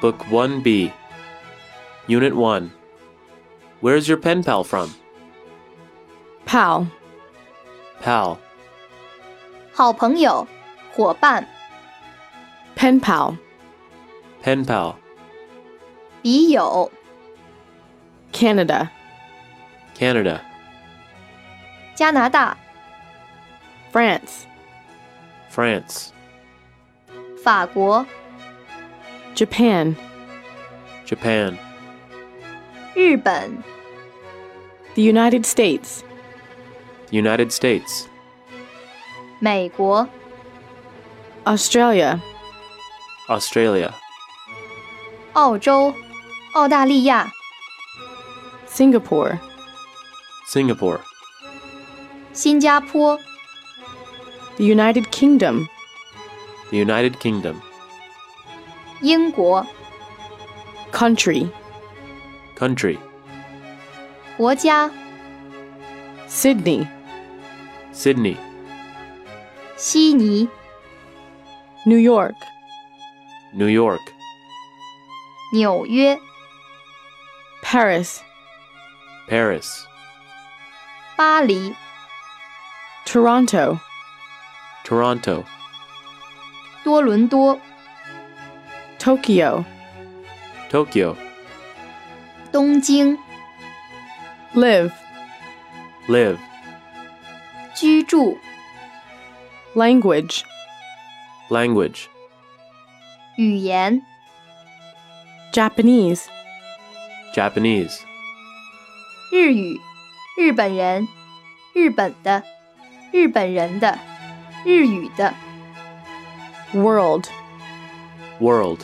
Book 1B, Unit 1. Where's your pen pal from? pal, Pal, 好朋友、伙伴、 pen pal, pen pal, 笔友、 Canada, Canada, 加拿大、 France, France, 法国、 Japan, Japan, 日本、 the United States, United States, 美国、 Australia, Australia, 澳洲、澳大利亚、 Singapore, Singapore, 新加坡、 the United Kingdom, the United Kingdom, 英国、 country, country, 国家、 Sydney, Sydney, 悉尼、 New York, New York, 纽约、 Paris, Paris, 巴黎、 Toronto, Toronto, 多伦多、 Tokyo, Tokyo, 东京、 live, live, 居住、 language, language, 语言、 Japanese, Japanese, 日语、日本人、日本的、日本人的、日语的、 world, world,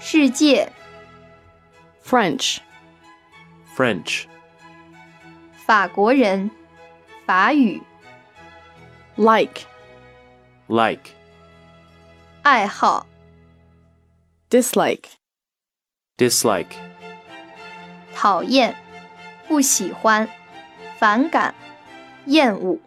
世界、 French, French, 法国人、法语、 like, like, 爱好、 dislike, dislike, 讨厌、不喜欢、反感、厌恶。